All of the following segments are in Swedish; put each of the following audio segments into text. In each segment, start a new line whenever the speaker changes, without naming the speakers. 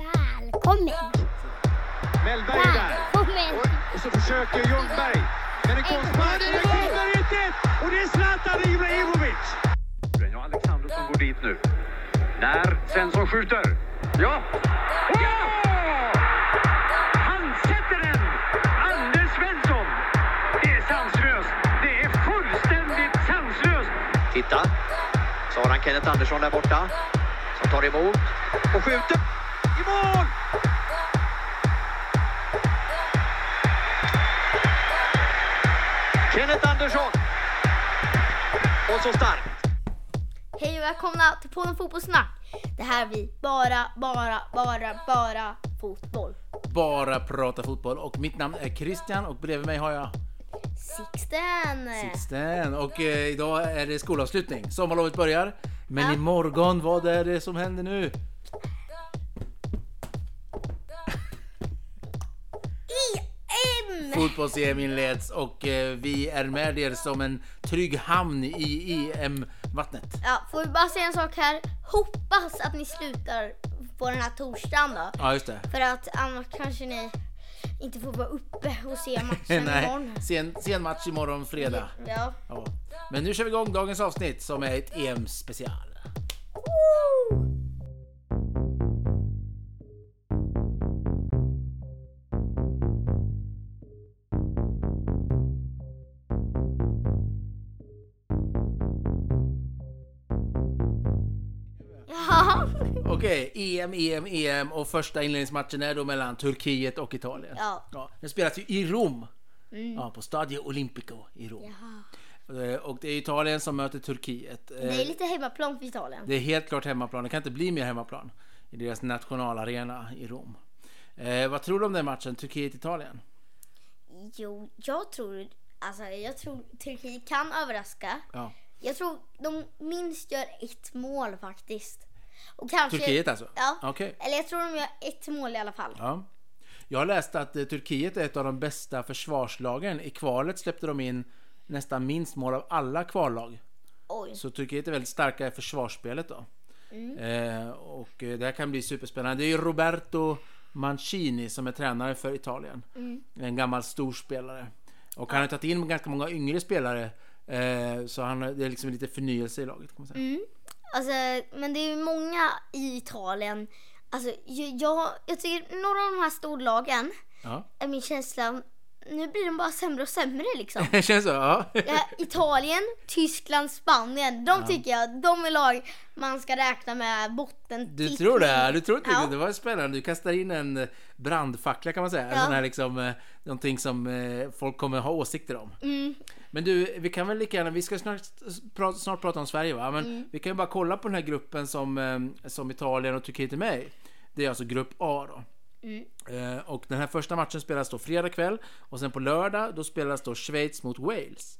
Välkommen!
Mellberg är där.
Välkommen!
Och- Och så försöker Ljungberg. Men det går spark och det kliver ut dit. Och det är Zlatan Ibrahimovic. Ja, Alexandersson går dit nu. När Svensson skjuter. Ja! Ja! Han sätter den! Anders Svensson. Det är sanslöst. Det är fullständigt sanslöst.
Titta. Så har han Kenneth Andersson där borta. Som tar emot och skjuter.
I mål!
Kenneth Andersson! Och så starkt.
Hej och välkomna till podden Fotbollssnack. Det här blir bara, bara, bara, bara fotboll.
bara prata fotboll och mitt namn är Christian och bredvid mig har jag
Sixten!
Sixten och eh, idag är det skolavslutning. Sommarlovet börjar. Men imorgon, vad är det som händer nu?
EM!
Fotbolls-EM inleds och eh, vi är med er som en trygg hamn i E EM-vattnet.
Ja, får vi bara säga en sak här. Hoppas att ni slutar på den här torsdagen då.
Ja, just det.
För att annars kanske ni inte får vara uppe och se matchen
Nej,
imorgon.
sen, sen match imorgon fredag.
Ja.
Ja. Men nu kör vi igång dagens avsnitt som är ett E EM-special.
Ja.
Okej, EM, EM, EM och första inledningsmatchen är då mellan Turkiet och Italien.
Ja. Mm.
den spelas ju i Rom. Ja, på Stadio Olimpico i Rom. Eh, Och det är Italien som möter Turkiet. Eh,
Det är lite hemmaplan för Italien.
det är helt klart hemmaplan. Det kan inte bli mer hemmaplan i deras nationalarena i Rom. Eh, vad tror du om den matchen, Turkiet-Italien?
Jo, jag tror, alltså, jag tror Turkiet kan överraska.
Ja.
Jag tror de minst gör ett mål faktiskt. Och kanske,
Turkiet alltså?
Ja.
Okej.
Eller jag tror de gör ett mål i alla fall.
Ja. Jag läste att eh, Turkiet är ett av de bästa försvarslagen. I kvalet släppte de in nästan minst mål av alla kvallag.
Oj.
Så Turkiet är väldigt starka i försvarsspelet då. Eh, och eh, det här kan bli superspännande. Det är ju Roberto Mancini som är tränare för Italien. En gammal stor spelare. Och han har tagit in ganska många yngre spelare. Eh, så han, har- det är liksom lite förnyelse i laget. Kan man säga.
Alltså, men det är ju många i Italien. Alltså, ju- jag, jag tycker några av de här storlagen,
Ja.
är min känsla, nu blir de bara sämre och sämre liksom.
Det känns så? Ja.
Det här Italien, Tyskland, Spanien. De tycker jag, de är lag man ska räkna med botten.
Du tror det? Du tror inte
Ja.
det? Det var spännande. Du kastar in en eh, brandfackla kan man säga. En
Ja.
sån här liksom, eh, någonting som eh, folk kommer ha åsikter om.
Mm.
Men du, vi kan väl lika gärna, vi ska snart, pra- snart prata om Sverige va? Men
Mm.
vi kan ju bara kolla på den här gruppen som, eh, som Italien och Turkiet är med i. Det är alltså grupp A då.
Mm.
Eh, Och den här första matchen spelas då fredag kväll och sen på lördag då spelas då Schweiz mot Wales.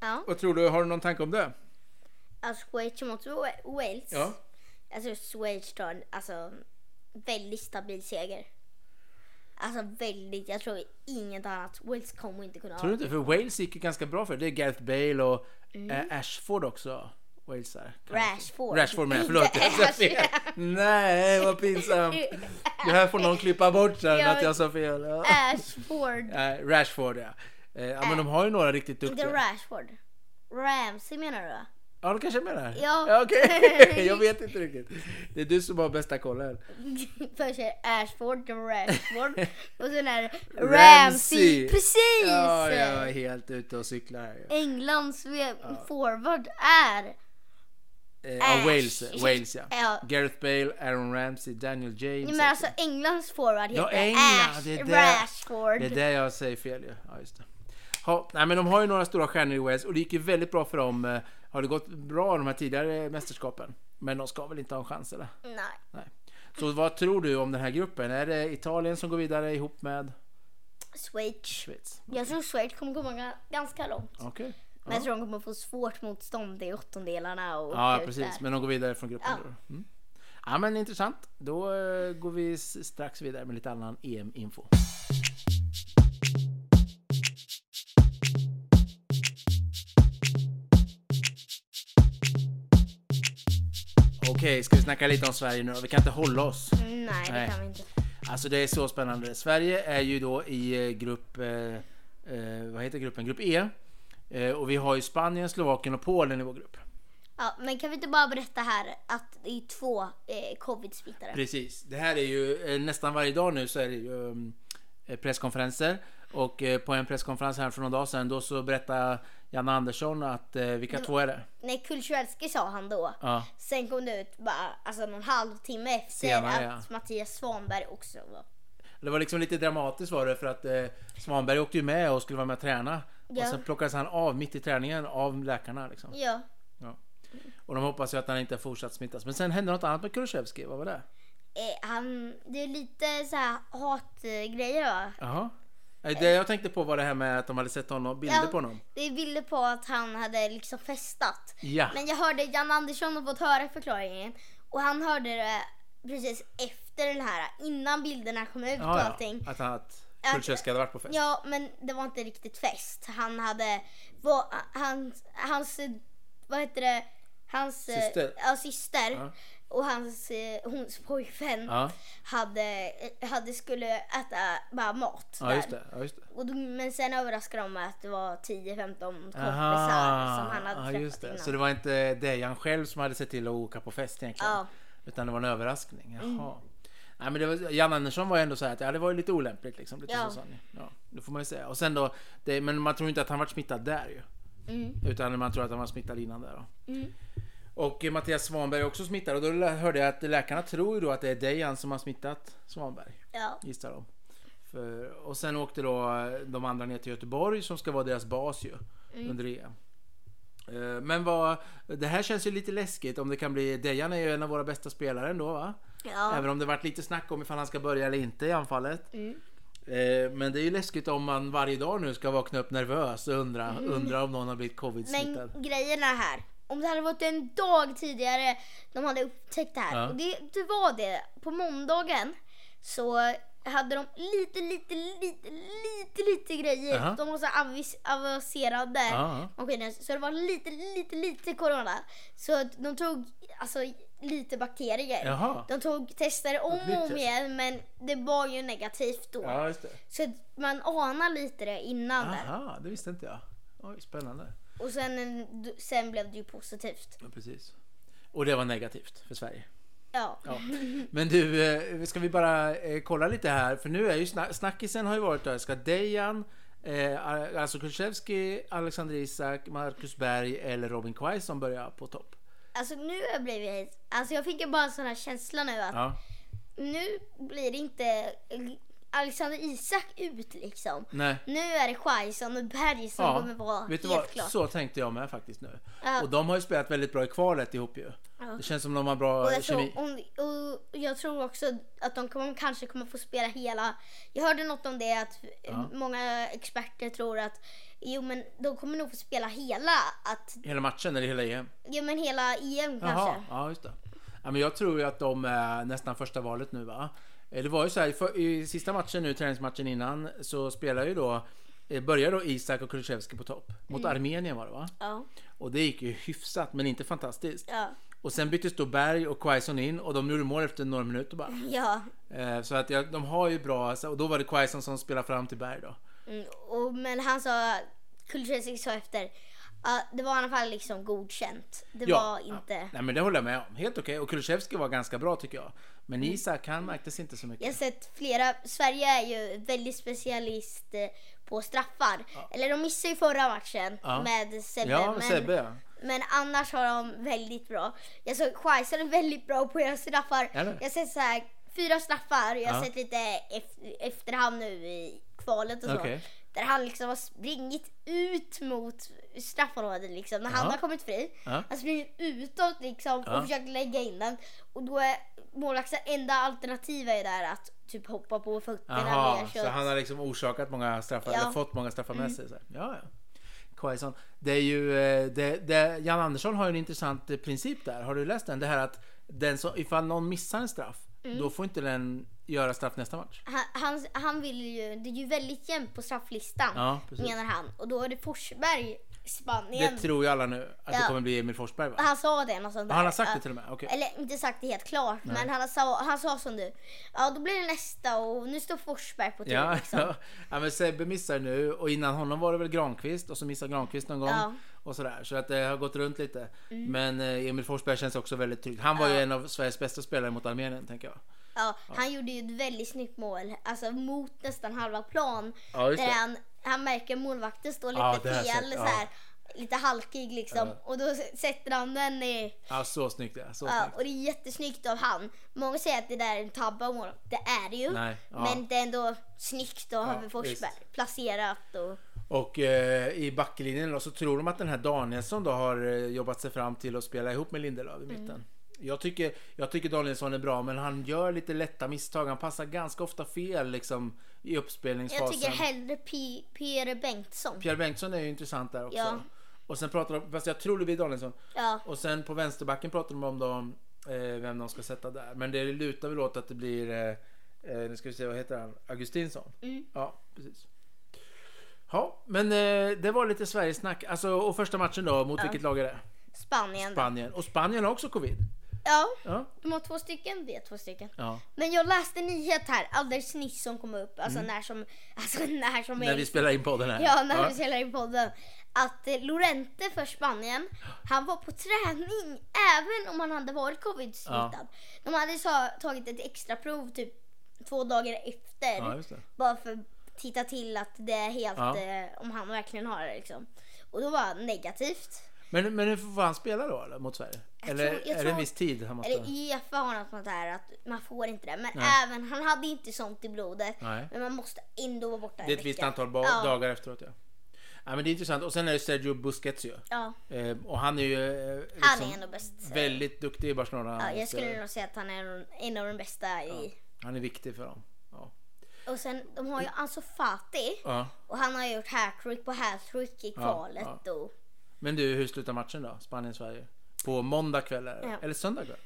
Ja,
Vad tror du, har du någon tanke om det?
alltså Schweiz mot Wa- Wales. Jag tror Schweiz tar alltså, väldigt stabil seger. Alltså väldigt, jag tror inget annat. Wales kommer inte kunna
Tror du
ha.
inte? För Wales gick ju ganska bra för det. Det är Gareth Bale och eh, Ashford också. Walesare.
Mm. Rashford.
Rashford menar jag, förlåt. Jag sa fel. Nej, vad pinsamt. Det här får någon klippa bort sen
Ja, Äh.
att jag sa fel. Ja.
Ashford.
Nej, Rashford ja. Eh, Ja
Äh.
men de har ju några riktigt
Inte
duktiga.
Rashford. Ramsey menar du?
Ja du kanske jag menar?
Ja.
Okej, jag vet inte riktigt. Det är du som har bästa kollen.
Först är det Ashford, Rashford och sen är det Ramsey.
Ramsey.
Precis!
Ja, jag är helt ute och cyklar här. ju.
Englands forward är...
Eh, Ja,
Äh, Ash.
Wales, Wales ja.
Ja.
Gareth Bale, Aaron Ramsey, Daniel James.
Nej men alltså Englands forward heter
Ja, England,
Ash,
det är där-
Rashford.
Det är där jag säger fel ju. Ja, just det. Ha, nej, men de har ju några stora stjärnor i Wales och det gick ju väldigt bra för dem. Eh, Har det gått bra de här tidigare mästerskapen? Men de ska väl inte ha en chans eller?
Nej.
Nej. Så vad tror du om den här gruppen? Är det Italien som går vidare ihop med
Schweiz.
Schweiz?
Jag tror Schweiz kommer komma ga- ganska långt.
Okej.
Men jag tror de kommer få svårt motstånd i åttondelarna och
Ja,
ut
precis.
där.
Men de går vidare från gruppen
Ja.
då. Mm. Ja, men intressant. Då eh, går vi s- strax vidare med lite annan EM-info. Och Okej, ska vi snacka lite om Sverige nu då? Vi kan inte hålla oss.
Nej, det
Nej.
kan vi inte.
Alltså det är så spännande. Sverige är ju då i eh, grupp... Eh, eh, vad heter gruppen? Grupp E. Eh, och vi har ju Spanien, Slovakien och Polen i vår grupp.
Ja, men kan vi inte bara berätta här att det är två eh, covid-smittade?
Precis. Det här är ju eh, nästan varje dag nu så är det ju eh, presskonferenser. Och eh, på en presskonferens här för några dagar sedan då så berättade Janne Andersson att eh, vilka två är det?
Nej, Kulusevski sa han då.
Ja.
Sen kom det ut bara alltså, någon halvtimme efter
Senare, ja.
att Mattias Svanberg också var.
Det var liksom lite dramatiskt var det för att eh, Svanberg åkte ju med och skulle vara med och träna.
Ja.
Och sen plockades han av mitt i träningen av läkarna liksom.
Ja,
Ja. Och de hoppas ju att han inte har fortsatt smittas. Men sen hände något annat med Kulusevski, vad var det?
eh, han, det är lite så här hatgrejer va?
Jaha. Eh, Det jag tänkte på var det här med att de hade sett honom, bilder på honom.
Det är bilder på att han hade liksom festat.
Ja.
Men jag hörde Jan Andersson har fått höra förklaringen och han hörde det precis efter den här, innan bilderna kom ut och
Ja,
allting.
ja. Att, han- att Kulusevski hade varit på fest.
Ja, men det var inte riktigt fest. Han hade, var, hans, hans, eh, vad heter det, hans eh,
Syster.
Ja, syster
Ja.
och hans, eh, hons pojkvän
Ja.
hade, eh, hade skulle äta bara mat
Ja,
där.
just det. Ja, just det.
Och då, men sen överraskade de med att det var 10-15 kompisar som han hade
ja,
träffat
just det.
innan.
Så det var inte Dejan själv som hade sett till att åka på fest egentligen.
Ja. Mm.
Utan det var en överraskning. Jaha. Nej, men det var, Jan Andersson var ju ändå så här att ja, det var ju lite olämpligt liksom. Lite
Ja.
så, sa ni. ja. Det får man ju säga. Och sen då, det, men man tror inte att han varit smittad där ju.
Mm.
Utan man tror att han var smittad innan där då. Och eh, Mattias Svanberg är också smittad och då lä- hörde jag att läkarna tror ju då att det är Dejan som har smittat Svanberg
Ja.
gissar de. För, och sen åkte då eh, de andra ner till Göteborg som ska vara deras bas ju
Mm.
under EM. Eh, Men vad, det här känns ju lite läskigt om det kan bli... Dejan är ju en av våra bästa spelare ändå va?
Ja.
Även om det varit lite snack om ifall han ska börja eller inte i anfallet.
Mm.
Eh, Men det är ju läskigt om man varje dag nu ska vakna upp nervös och undra, undra om någon har blivit covid-smittad.
Mm. Men grejen är här. Om det hade varit en dag tidigare de hade upptäckt det här.
Ja.
Och det, det var det. På måndagen så hade de lite, lite, lite, lite, lite grejer.
Aha.
De var så avis, avancerade
Ja.
maskiner. Så det var lite, lite, lite corona. Så att de tog alltså lite bakterier.
Jaha.
De tog tester om
nytt
och om
test.
igen men det var ju negativt då.
Ja, just det.
Så att man anar lite det innan där.
Aha, det visste inte jag. Oj, spännande.
Och sen, sen blev det ju positivt.
Ja, precis. Och det var negativt för Sverige.
Ja.
Ja. Men du, eh, ska vi bara eh, kolla lite här? För nu är ju sna- snackisen har ju varit där. Ska Dejan, eh, alltså Kulusevski, Alexander Isak, Marcus Berg eller Robin Quaison börja på topp?
Alltså nu har jag blivit... Alltså jag fick ju bara en sån här känsla nu att
Ja.
nu blir det inte Alexander Isak ut liksom.
Nej.
Nu är det Quaison och Berg som kommer vara
vet du
helt
vad?
klart.
Så tänkte jag med faktiskt nu.
Ja.
Och de har ju spelat väldigt bra i kvalet ihop ju. Det känns som de har bra
Och jag,
kemi.
tror, om, och jag tror också att de kommer, kanske kommer få spela hela... Jag hörde något om det att många experter tror att jo men de kommer nog få spela hela, att,
Hela matchen eller hela EM.
ja, men hela EM kanske.
ja just det. Ja, men jag tror ju att de är nästan första valet nu va? Eh, Det var ju så här, i för, i sista matchen nu, träningsmatchen innan, så spelar ju då eh, Börjar då Isak och Kulusevski på topp. Mot
Mm.
Armenien var det va?
Ja.
Och det gick ju hyfsat men inte fantastiskt.
Ja.
Och sen byttes då Berg och Quaison in och de gjorde mål efter några minuter bara.
Ja,
Eh, Så att jag, de har ju bra, alltså, och då var det Quaison som spelade fram till Berg då.
mm, och, men han sa, Kulusevski sa efter, ja, det var i alla fall liksom godkänt. Det var inte...
Nej men det håller jag med om. Helt okej. Och Kulusevski var ganska bra tycker jag. Men
Mm.
Isak han märktes inte så mycket.
Jag har sett flera, Sverige är ju väldigt specialist eh, på straffar. Eller de missade ju förra matchen
Ja.
med Sebbe.
ja,
men,
Sebbe ja.
men annars har de väldigt bra. Jag såg Quaison är väldigt bra på att göra straffar.
Är det?
Jag har sett så här, fyra straffar, jag har
Ja.
sett lite ef- efterhand nu i kvalet och så.
Okej.
Där han liksom har springit ut mot straffområdet liksom. När han
Ja.
har kommit fri.
Ja.
Han springer utåt liksom
Ja.
och försöker lägga in den. Och då är målvaktens enda alternativ är där att typ hoppa på fötterna
Jaha,
mer
så
kött.
han har liksom orsakat många straffar,
Ja. Mm.
eller fått många straffar med sig. Så här. Ja, ja. Quaison. Det är ju, eh, det, det, Jan Andersson har ju en intressant eh, princip där. Har du läst den? Det här att den som, ifall någon missar en straff,
Mm.
då får inte den göra straff nästa match.
Han, han, han vill ju, det är ju väldigt jämnt på strafflistan
Ja, precis.
menar han. Och då är det Forsberg Spanien.
Det tror ju alla nu, att det
Ja.
kommer bli Emil Forsberg va?
han sa det något sånt
Ja, han har sagt
Ja.
det till och med, okej.
Eller inte sagt det helt klart, men han sa, han sa som du. Ja, då blir det nästa och nu står Forsberg på tur.
Ja,
liksom.
ja. ja, men Sebbe missar nu och innan honom var det väl Granqvist och så missar Granqvist någon gång.
Ja. Mm.
Och sådär. Så att det har gått runt lite. Men eh, Emil Forsberg känns också väldigt trygg. Han var ju en av Sveriges bästa spelare mot Armenien, tänker jag.
Ja, han gjorde ju ett väldigt snyggt mål, alltså mot nästan halva plan.
Ja, just
där
det.
han, han märker målvakten stå lite
Ja, det har jag
fel,
sett,
så
ja.
här, lite halkig liksom. Och då s- sätter han den i...
Ja, så snyggt det är, Så
Ja,
snyggt.
och det är jättesnyggt av han. Många säger att det där är en tabbe av mål. Det är det ju.
Nej, ja.
Men det är ändå snyggt av
Ja,
Forsberg. Placerat och...
Och eh, i backlinjen då, så tror de att den här Danielsson då har eh, jobbat sig fram till att spela ihop med Lindelöf i mitten. Jag, tycker, jag tycker Danielsson är bra, men han gör lite lätta misstag. Han passar ganska ofta fel liksom, i uppspelningsfasen.
Jag tycker hellre P- Pierre Bengtsson.
Pierre Bengtsson är ju intressant där också.
Ja.
Och sen pratar de, fast jag tror det blir Danielsson.
Ja.
Och sen på vänsterbacken pratar de om då, eh, vem de ska sätta där. Men det lutar väl åt att det blir, eh, eh, nu ska vi se vad heter han, Augustinsson.
Mm.
Ja, precis. Ja, men eh, det var lite Sverigesnack. Alltså, och första matchen då, mot vilket lag är det?
Spanien.
Spanien. Och Spanien har också covid.
Ja,
Ja.
de har två stycken. Vi har två stycken.
ja.
Men jag läste en nyhet här alldeles nyss som kom upp. Alltså när som... Alltså när som
Mm. När vi spelar in podden här.
Ja, när vi spelar in podden. Att eh, Lorente för Spanien, han var på träning även om han hade varit covid-smittad. De hade så, tagit ett extra prov typ två dagar efter.
Ja, just det.
Bara för att titta till att det är helt,
Ja.
eh, om han verkligen har det liksom. Och då var det negativt.
Men, men hur får han spela då, eller, mot Sverige? Eller
tror- jag
är det
tror-
en viss tid han måste...
Eller Uefa har något sånt här att man får inte det. Men
Nej.
även, han hade inte sånt i blodet.
Nej.
Men man måste ändå vara borta
Det är
en
ett visst
vecka.
antal ba-
ja.
dagar efteråt ja. ja men det är intressant. Och sen är det Sergio Busquets ju.
Ja,
Eh, och han är ju eh,
han
liksom
är ändå bäst.
väldigt duktig i Barcelona.
Ja,
Han
jag skulle
spelar.
nog säga att han är en av de bästa i...
Han är viktig för dem. Ja.
Och sen, de har ju Ansu Fati.
Ja.
Och han har gjort hattrick på hattrick i kvalet. Och,
Men du, hur slutar matchen då? Spanien-Sverige? På måndag kväll är det.
Ja.
eller söndag kväll?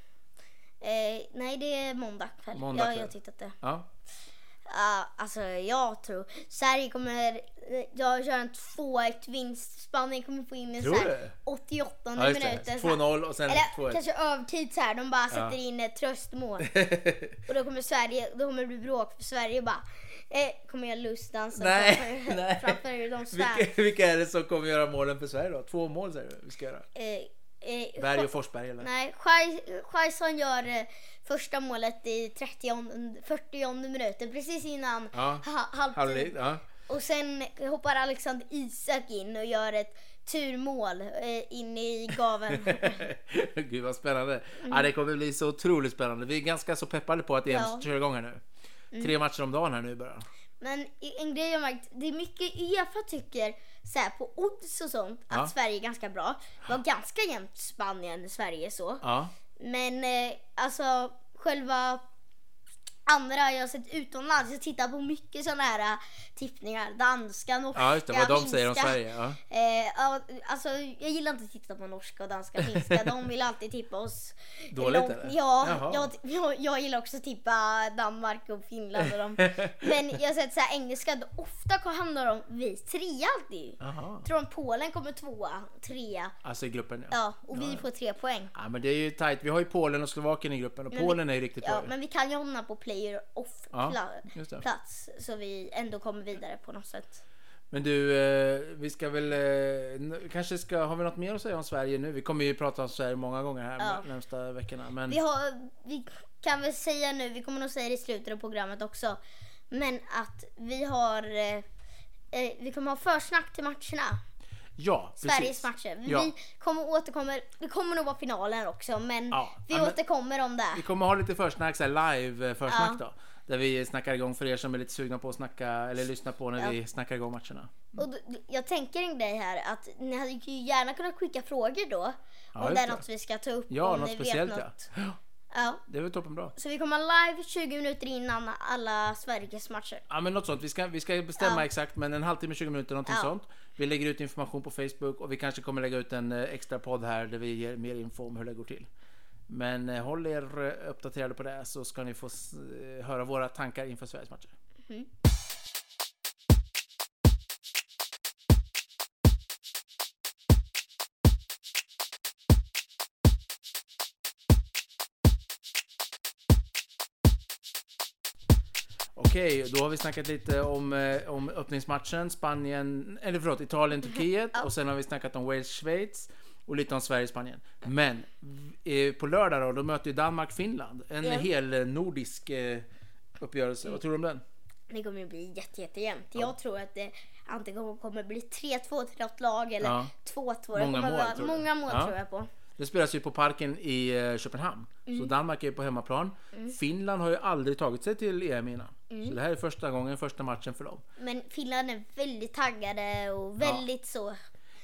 eh, nej, det är måndag kväll.
Måndag
Ja, jag har
kväll.
tittat det.
Ja.
Ja, alltså, jag tror... Sverige kommer... Jag kör en 2-1 vinst. Spanien kommer få in en
Tror
så här
du?
88
Ja, just
minuten.
det.
så här-
2-0 och sen
Eller
2-1.
kanske övertid så här. De bara sätter in ett tröstmål. och då kommer Sverige, då kommer det bli bråk för Sverige bara. Eh, kommer jag lustdansa
Nej,
framför,
nej.
framför de svär.
Vilka, vilka är det som kommer göra målen för Sverige då? Två mål säger du vi ska göra?
Eh, eh,
Berg
Scho-
och Forsberg eller?
Nej, Schweiz- Quaison gör eh, första målet i 30, 40 minuten precis innan
Ja,
ha, halvtid.
Halvlek, ja.
Och sen hoppar Alexander Isak in och gör ett turmål eh, in i gaveln.
Gud vad spännande. Ja, det kommer bli så otroligt spännande. Vi är ganska så peppade på att EM
Ja. Mm.
kör igång här nu. Tre matcher om dagen här nu bara.
Men i- en grej jag märkt, det är mycket Uefa tycker så här, på odds och sånt att
Ja.
Sverige är ganska bra. Det var ganska jämnt Spanien-Sverige så.
Ja.
Men eh, alltså själva andra jag har sett utomlands, jag tittar på mycket sådana här eh, tippningar. Danska, norska,
Ja, just det. Vad de säger om
finska.
Sverige. Ja.
Eh, ja, alltså, jag gillar inte att titta på norska och danska finska. De vill alltid tippa oss.
Dåligt,
långt-
eller?
Ja,
Jaha.
jag, jag, jag gillar också att tippa Danmark och Finland och dem. Men jag har sett så här, engelska, då ofta hamnar de vi trea alltid.
Jaha.
Tror de Polen kommer tvåa, trea.
Alltså i gruppen ja.
Ja, och vi får tre poäng.
ja. men det är ju tajt. Vi har ju Polen och Slovakien i gruppen och Polen är ju riktigt
Ja,
bra.
men vi kan ju hamna på player off
Ja,
pla-
just det.
plats så vi ändå kommer vidare på något sätt.
Men du, eh, vi ska väl... eh, n- Kanske ska... Har vi något mer att säga om Sverige nu? Vi kommer ju prata om Sverige många gånger här
Ja.
de närmsta veckorna. Men
Vi, har, vi kan väl säga nu, vi kommer nog säga det i slutet av programmet också, men att vi har eh, eh, vi kommer ha försnack till matcherna.
ja, precis.
Sveriges matcher. Vi
Ja.
kommer återkommer, det kommer nog vara finalen också men
Ja,
vi
ja, men-
återkommer om det.
Vi kommer ha lite försnack, så här live eh, försnack
Ja.
då. Där vi snackar igång för er som är lite sugna på att snacka eller lyssna på när vi snackar igång matcherna.
Och då, jag tänker en grej här att ni hade ju gärna kunnat skicka frågor då.
Ja,
om
just
det är
det.
något vi ska ta upp.
Ja,
om
något
ni vet
speciellt
något.
ja.
ja.
Det är väl toppenbra.
Så vi kommer live 20 minuter innan alla Sveriges matcher.
Ja men något sånt. Vi ska, vi ska bestämma
Ja.
exakt men en halvtimme, 20 minuter någonting
Ja.
sånt. Vi lägger ut information på Facebook och vi kanske kommer lägga ut en eh, extra podd här där vi ger mer info om hur det går till. Men eh, håll er eh, uppdaterade på det så ska ni få s- eh, höra våra tankar inför Sveriges matcher. Okej, då har vi snackat lite om, eh, om öppningsmatchen, Spanien, eller förlåt, Italien-Turkiet och sen har vi snackat om Wales-Schweiz och lite om Sverige-Spanien. Men eh, på lördag då, då möter ju Danmark-Finland. En
Ja.
hel eh, nordisk eh, uppgörelse. Vad tror du om den?
Det kommer ju bli jätte, jättejämnt. Jag tror att det antingen kommer bli 3-2 till något lag eller
Ja.
2-2. Det
Många
kommer
mål,
vara-
tror jag.
många mål
Ja.
tror jag på.
Det spelas ju på Parken i eh, Köpenhamn. Så Danmark är ju på hemmaplan. Finland har ju aldrig tagit sig till EM innan. Så det här är första gången, första matchen för dem.
Men Finland är väldigt taggade och väldigt så.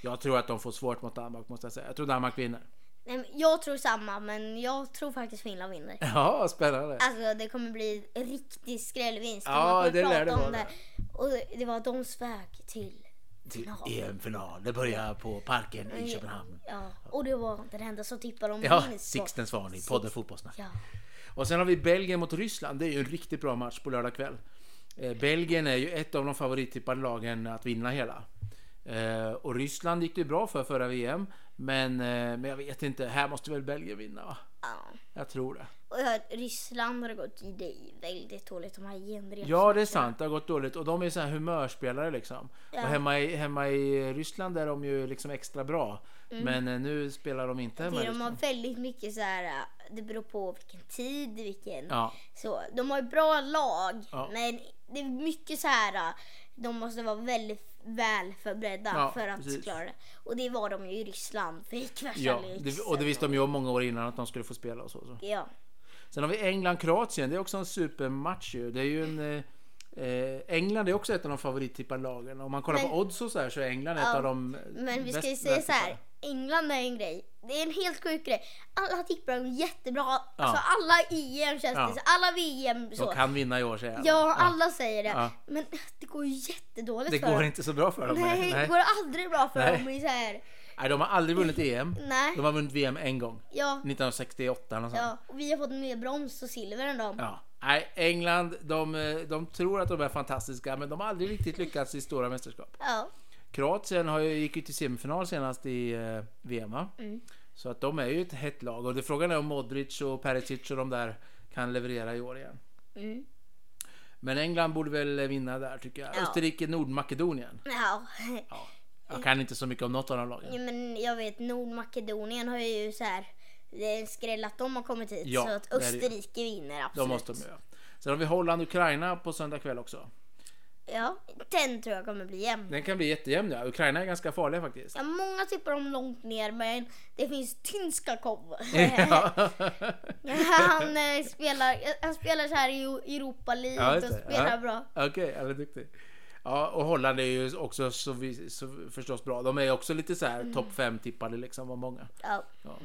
Jag tror att de får svårt mot Danmark måste jag säga. Jag tror Danmark vinner.
Nej, men Jag tror samma, men jag tror faktiskt Finland vinner.
Ja, spännande.
Alltså det kommer bli en riktig skrällvinst.
Ja,
Man kommer
det lär
prata
det
om
vara.
Och det var de väg till
Till
final.
EM-final. Det börjar på Parken i Köpenhamn.
Ja, och det var den enda som tippade om
Ja,
minst på.
Sixtens varning, podden Fotbollssnack.
Ja.
Och sen har vi Belgien mot Ryssland. Det är ju en riktigt bra match på lördag kväll. Eh, Belgien är ju ett av de favorittippade lagen att vinna hela. Eh, och Ryssland gick det ju bra för förra VM. Men, eh, men jag vet inte, här måste väl Belgien vinna va?
ja.
Jag tror det.
Och jag, Ryssland har det gått i dig väldigt dåligt de här genresorna.
Ja, det är sant. Det har gått dåligt. Och de är så här humörspelare liksom.
Ja.
Och hemma i, hemma i Ryssland är de ju liksom extra bra. Men eh, nu spelar de inte hemma i
Mm. Det, de har
Ryssland.
väldigt mycket så här, äh, det beror på vilken tid, vilken...
Ja.
Så, de har ju bra lag,
Ja.
men det är mycket så här, äh, de måste vara väldigt väl förberedda
Ja,
för att
precis.
klara det. Och det var de ju i Ryssland, för det gick värsta
Ja, det,
lyxen
och det visste de ju om många år innan att de skulle få spela och så. så.
Ja,
Sen har vi England-Kroatien. Det är också en supermatch ju. Det är ju en... eh, Eh, England är också ett av de favorittippade lagen. Om man kollar
Men-
på odds och så här så är England ett
Ja,
av de
men vi
bäst-
ska ju säga så här.
vältippade.
England är en grej. Det är en helt sjuk grej. Alla tippar dem jättebra. Alltså
Ja.
alla EM känns
Ja.
det så. Alla VM så.
De kan vinna i år säger alla.
Ja, alla säger det.
Ja.
Men det går ju jättedåligt
Det
för
går
dem.
inte så bra för dem.
Nej, det
Nej.
går aldrig bra för
Nej.
dem. Det är Så här.
Nej, de har aldrig vunnit EM.
Nej.
De har vunnit VM en gång.
Ja,
1968 eller något sånt.
ja. Och vi har fått mer brons och silver än dem.
Ja. Nej, England, de, eh, de tror att de är fantastiska men de har aldrig riktigt lyckats i stora mästerskap.
Ja.
Kroatien har ju, gick ju till semifinal senast i eh, VM va?
Mm.
Så att de är ju ett hett lag och det frågan är om Modric och Perisic och de där kan leverera i år igen.
Mm.
Men England borde väl vinna där tycker jag.
Ja.
Österrike, Nordmakedonien.
ja.
Jag kan inte så mycket om något av de
Ja,
lagen.
Men jag vet, Nordmakedonien har ju så här. Det är en skräll att de har kommit hit.
Ja,
så att
det är det ju.
Österrike vinner absolut.
De måste de göra. Sen har vi Holland-Ukraina på söndag kväll också.
Ja, den tror jag kommer bli jämn.
Den kan bli jättejämn ja. Ukraina är ganska farliga faktiskt.
Ja, många tippar dem långt ner, men det finns Tynskakov.
Ja.
han, eh, spelar, han spelar så här i Europa League
Ja,
och
just det.
spelar
Ja.
bra.
Okej, han är duktig. Ja, och Holland är ju också så, vi- så förstås bra. De är ju också lite så här
Mm.
topp 5 tippade liksom, var många.
Ja.
Ja.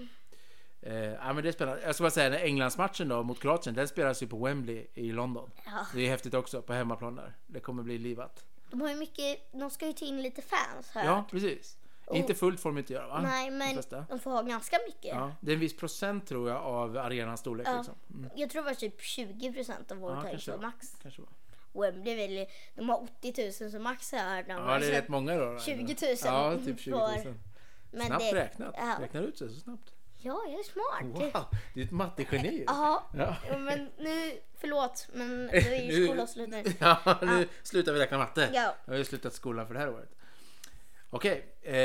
Eh, ja, men det är spännande. Jag ska bara säga, den här Englandsmatchen då mot Kroatien, den spelas ju på Wembley i London.
Ja.
Det är häftigt också, på hemmaplan där. Det kommer bli livat.
De har ju mycket, de ska ju ta in lite fans här.
Ja, precis.
Och-
Inte fullt får de inte göra va?
Oh. Nej,
De
men
flesta.
de får ha ganska mycket.
Ja, det är en viss procent tror jag av arenans storlek.
Ja.
Liksom.
Jag tror det var typ 20% av vår
Ja,
ja,
kanske
som
det var.
max.
Kanske var.
Wembley väl, de har 80 000 som max här.
Ja, det är rätt många då.
20 000
Ja, typ 20 000.
får- men
Snabbt
det-
räknat.
Ja.
Räknar ut sig så snabbt.
ja, jag är smart.
Wow, du är ett mattegeni.
Ja,
Ja.
Ja, men nu, förlåt, men nu är ju
Nu-
skolavslut nu.
Ja, nu slutar vi räkna matte.
Ja.
Jag har ju slutat skolan för det här året. Okej, eh,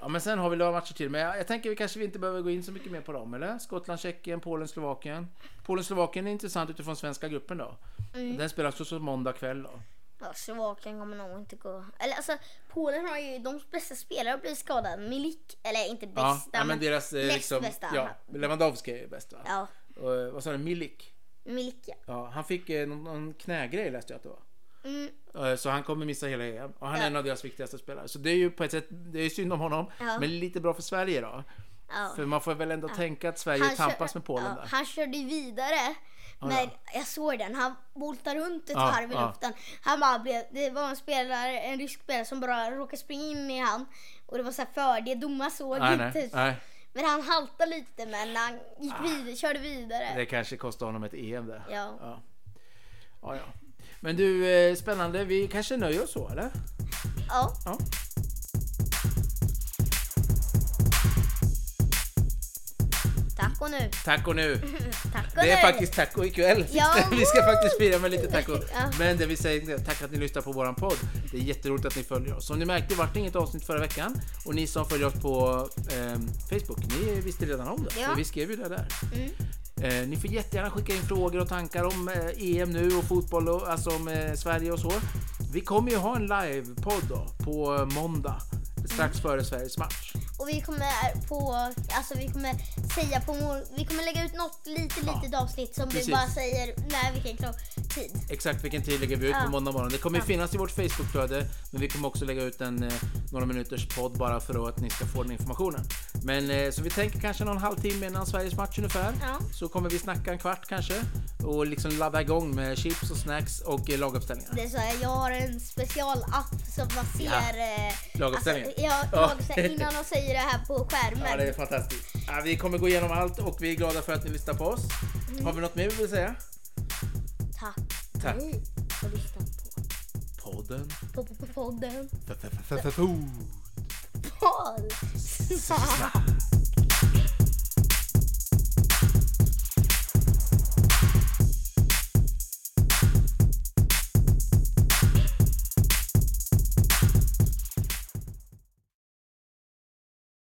ja, men sen har vi några matcher till. Men jag, jag tänker vi kanske inte behöver gå in så mycket mer på dem, eller? Skottland, Tjeckien, Polen, Slovakien. Polen, Slovakien är intressant utifrån svenska gruppen då.
Mm.
Den spelas också måndag kväll då.
Ja, Slovakien kommer nog inte gå. Eller alltså, Polen har ju de bästa spelare blivit skadade. Milik, eller inte bästa,
Ja, ja, men deras... eh,
näst
liksom,
bästa.
Ja, Lewandowski är ju bäst va?
Ja,
Och, eh, vad sa du, Milik?
Milik ja.
Ja, han fick eh, någon, någon knägrej läste jag att det var.
Mm,
Eh, Så han kommer missa hela EM. Och han är
Ja.
en av deras viktigaste spelare. Så det är ju på ett sätt, det är synd om honom.
Ja.
Men lite bra för Sverige då.
ja.
För man får väl ändå tänka att Sverige tampas
kör-
med Polen
ja,
där.
Han körde ju vidare. när jag såg den. Han voltade runt ett
Ja,
varv i
ja.
luften. Han bara blev, det var en spelare, en rysk spelare som bara råkade springa in i han. Och det var så här fördel, domaren såg
Nej,
inte.
nej, nej.
Men han haltade lite men han gick vidare, körde vidare.
Det kanske kostar honom ett EM det.
Ja.
Ja. Ja, ja. Men du, eh, spännande. Vi kanske nöjer oss så eller?
Ja.
Ja.
Tack och nu.
Tack och nu.
Tack och
Det är
nu.
faktiskt taco ikväll.
Ja,
Vi ska
woo!
faktiskt fira med lite taco.
Ja.
Men det vi säger tack att ni lyssnar på våran podd. Det är jätteroligt att ni följer oss. Som ni märkte vart det inget avsnitt förra veckan. Och ni som följer oss på ehm, Facebook, ni visste redan om det.
Ja. Mm.
För vi skrev ju det där. Eh, ni får jättegärna skicka in frågor och tankar om eh, EM nu och fotboll och alltså om eh, Sverige och så. Vi kommer ju ha en livepodd då på eh, måndag strax före Sveriges match.
Och vi kommer på, alltså vi kommer säga på mor- vi kommer lägga ut något lite litet avsnitt som
Precis.
vi bara säger när vilken klo- tid.
Exakt vilken tid lägger vi ut på
Ja.
måndag morgon. Det kommer ju
Ja.
finnas i vårt Facebookflöde, men vi kommer också lägga ut en eh, några minuters podd bara för att ni ska få den informationen. Men eh, så vi tänker kanske någon halvtimme innan Sveriges match ungefär.
Ja.
Så kommer vi snacka en kvart kanske och liksom ladda igång med chips och snacks och eh, laguppställningar.
Det är så här, jag har en specialapp som man ser
Ja.
eh,
Laguppställningen.
Alltså, ja,
Ja.
laguppställningen innan de säger det här på skärmen.
Ja, det är fantastiskt. Ja, vi kommer gå igenom allt och vi är glada för att ni lyssnar på oss.
Mm.
Har vi något mer vi vill säga?
Tack.
Tack.
Ni har lyssnat
Podden.
på, på, på podden.
F- f- f- f- f-
Podd.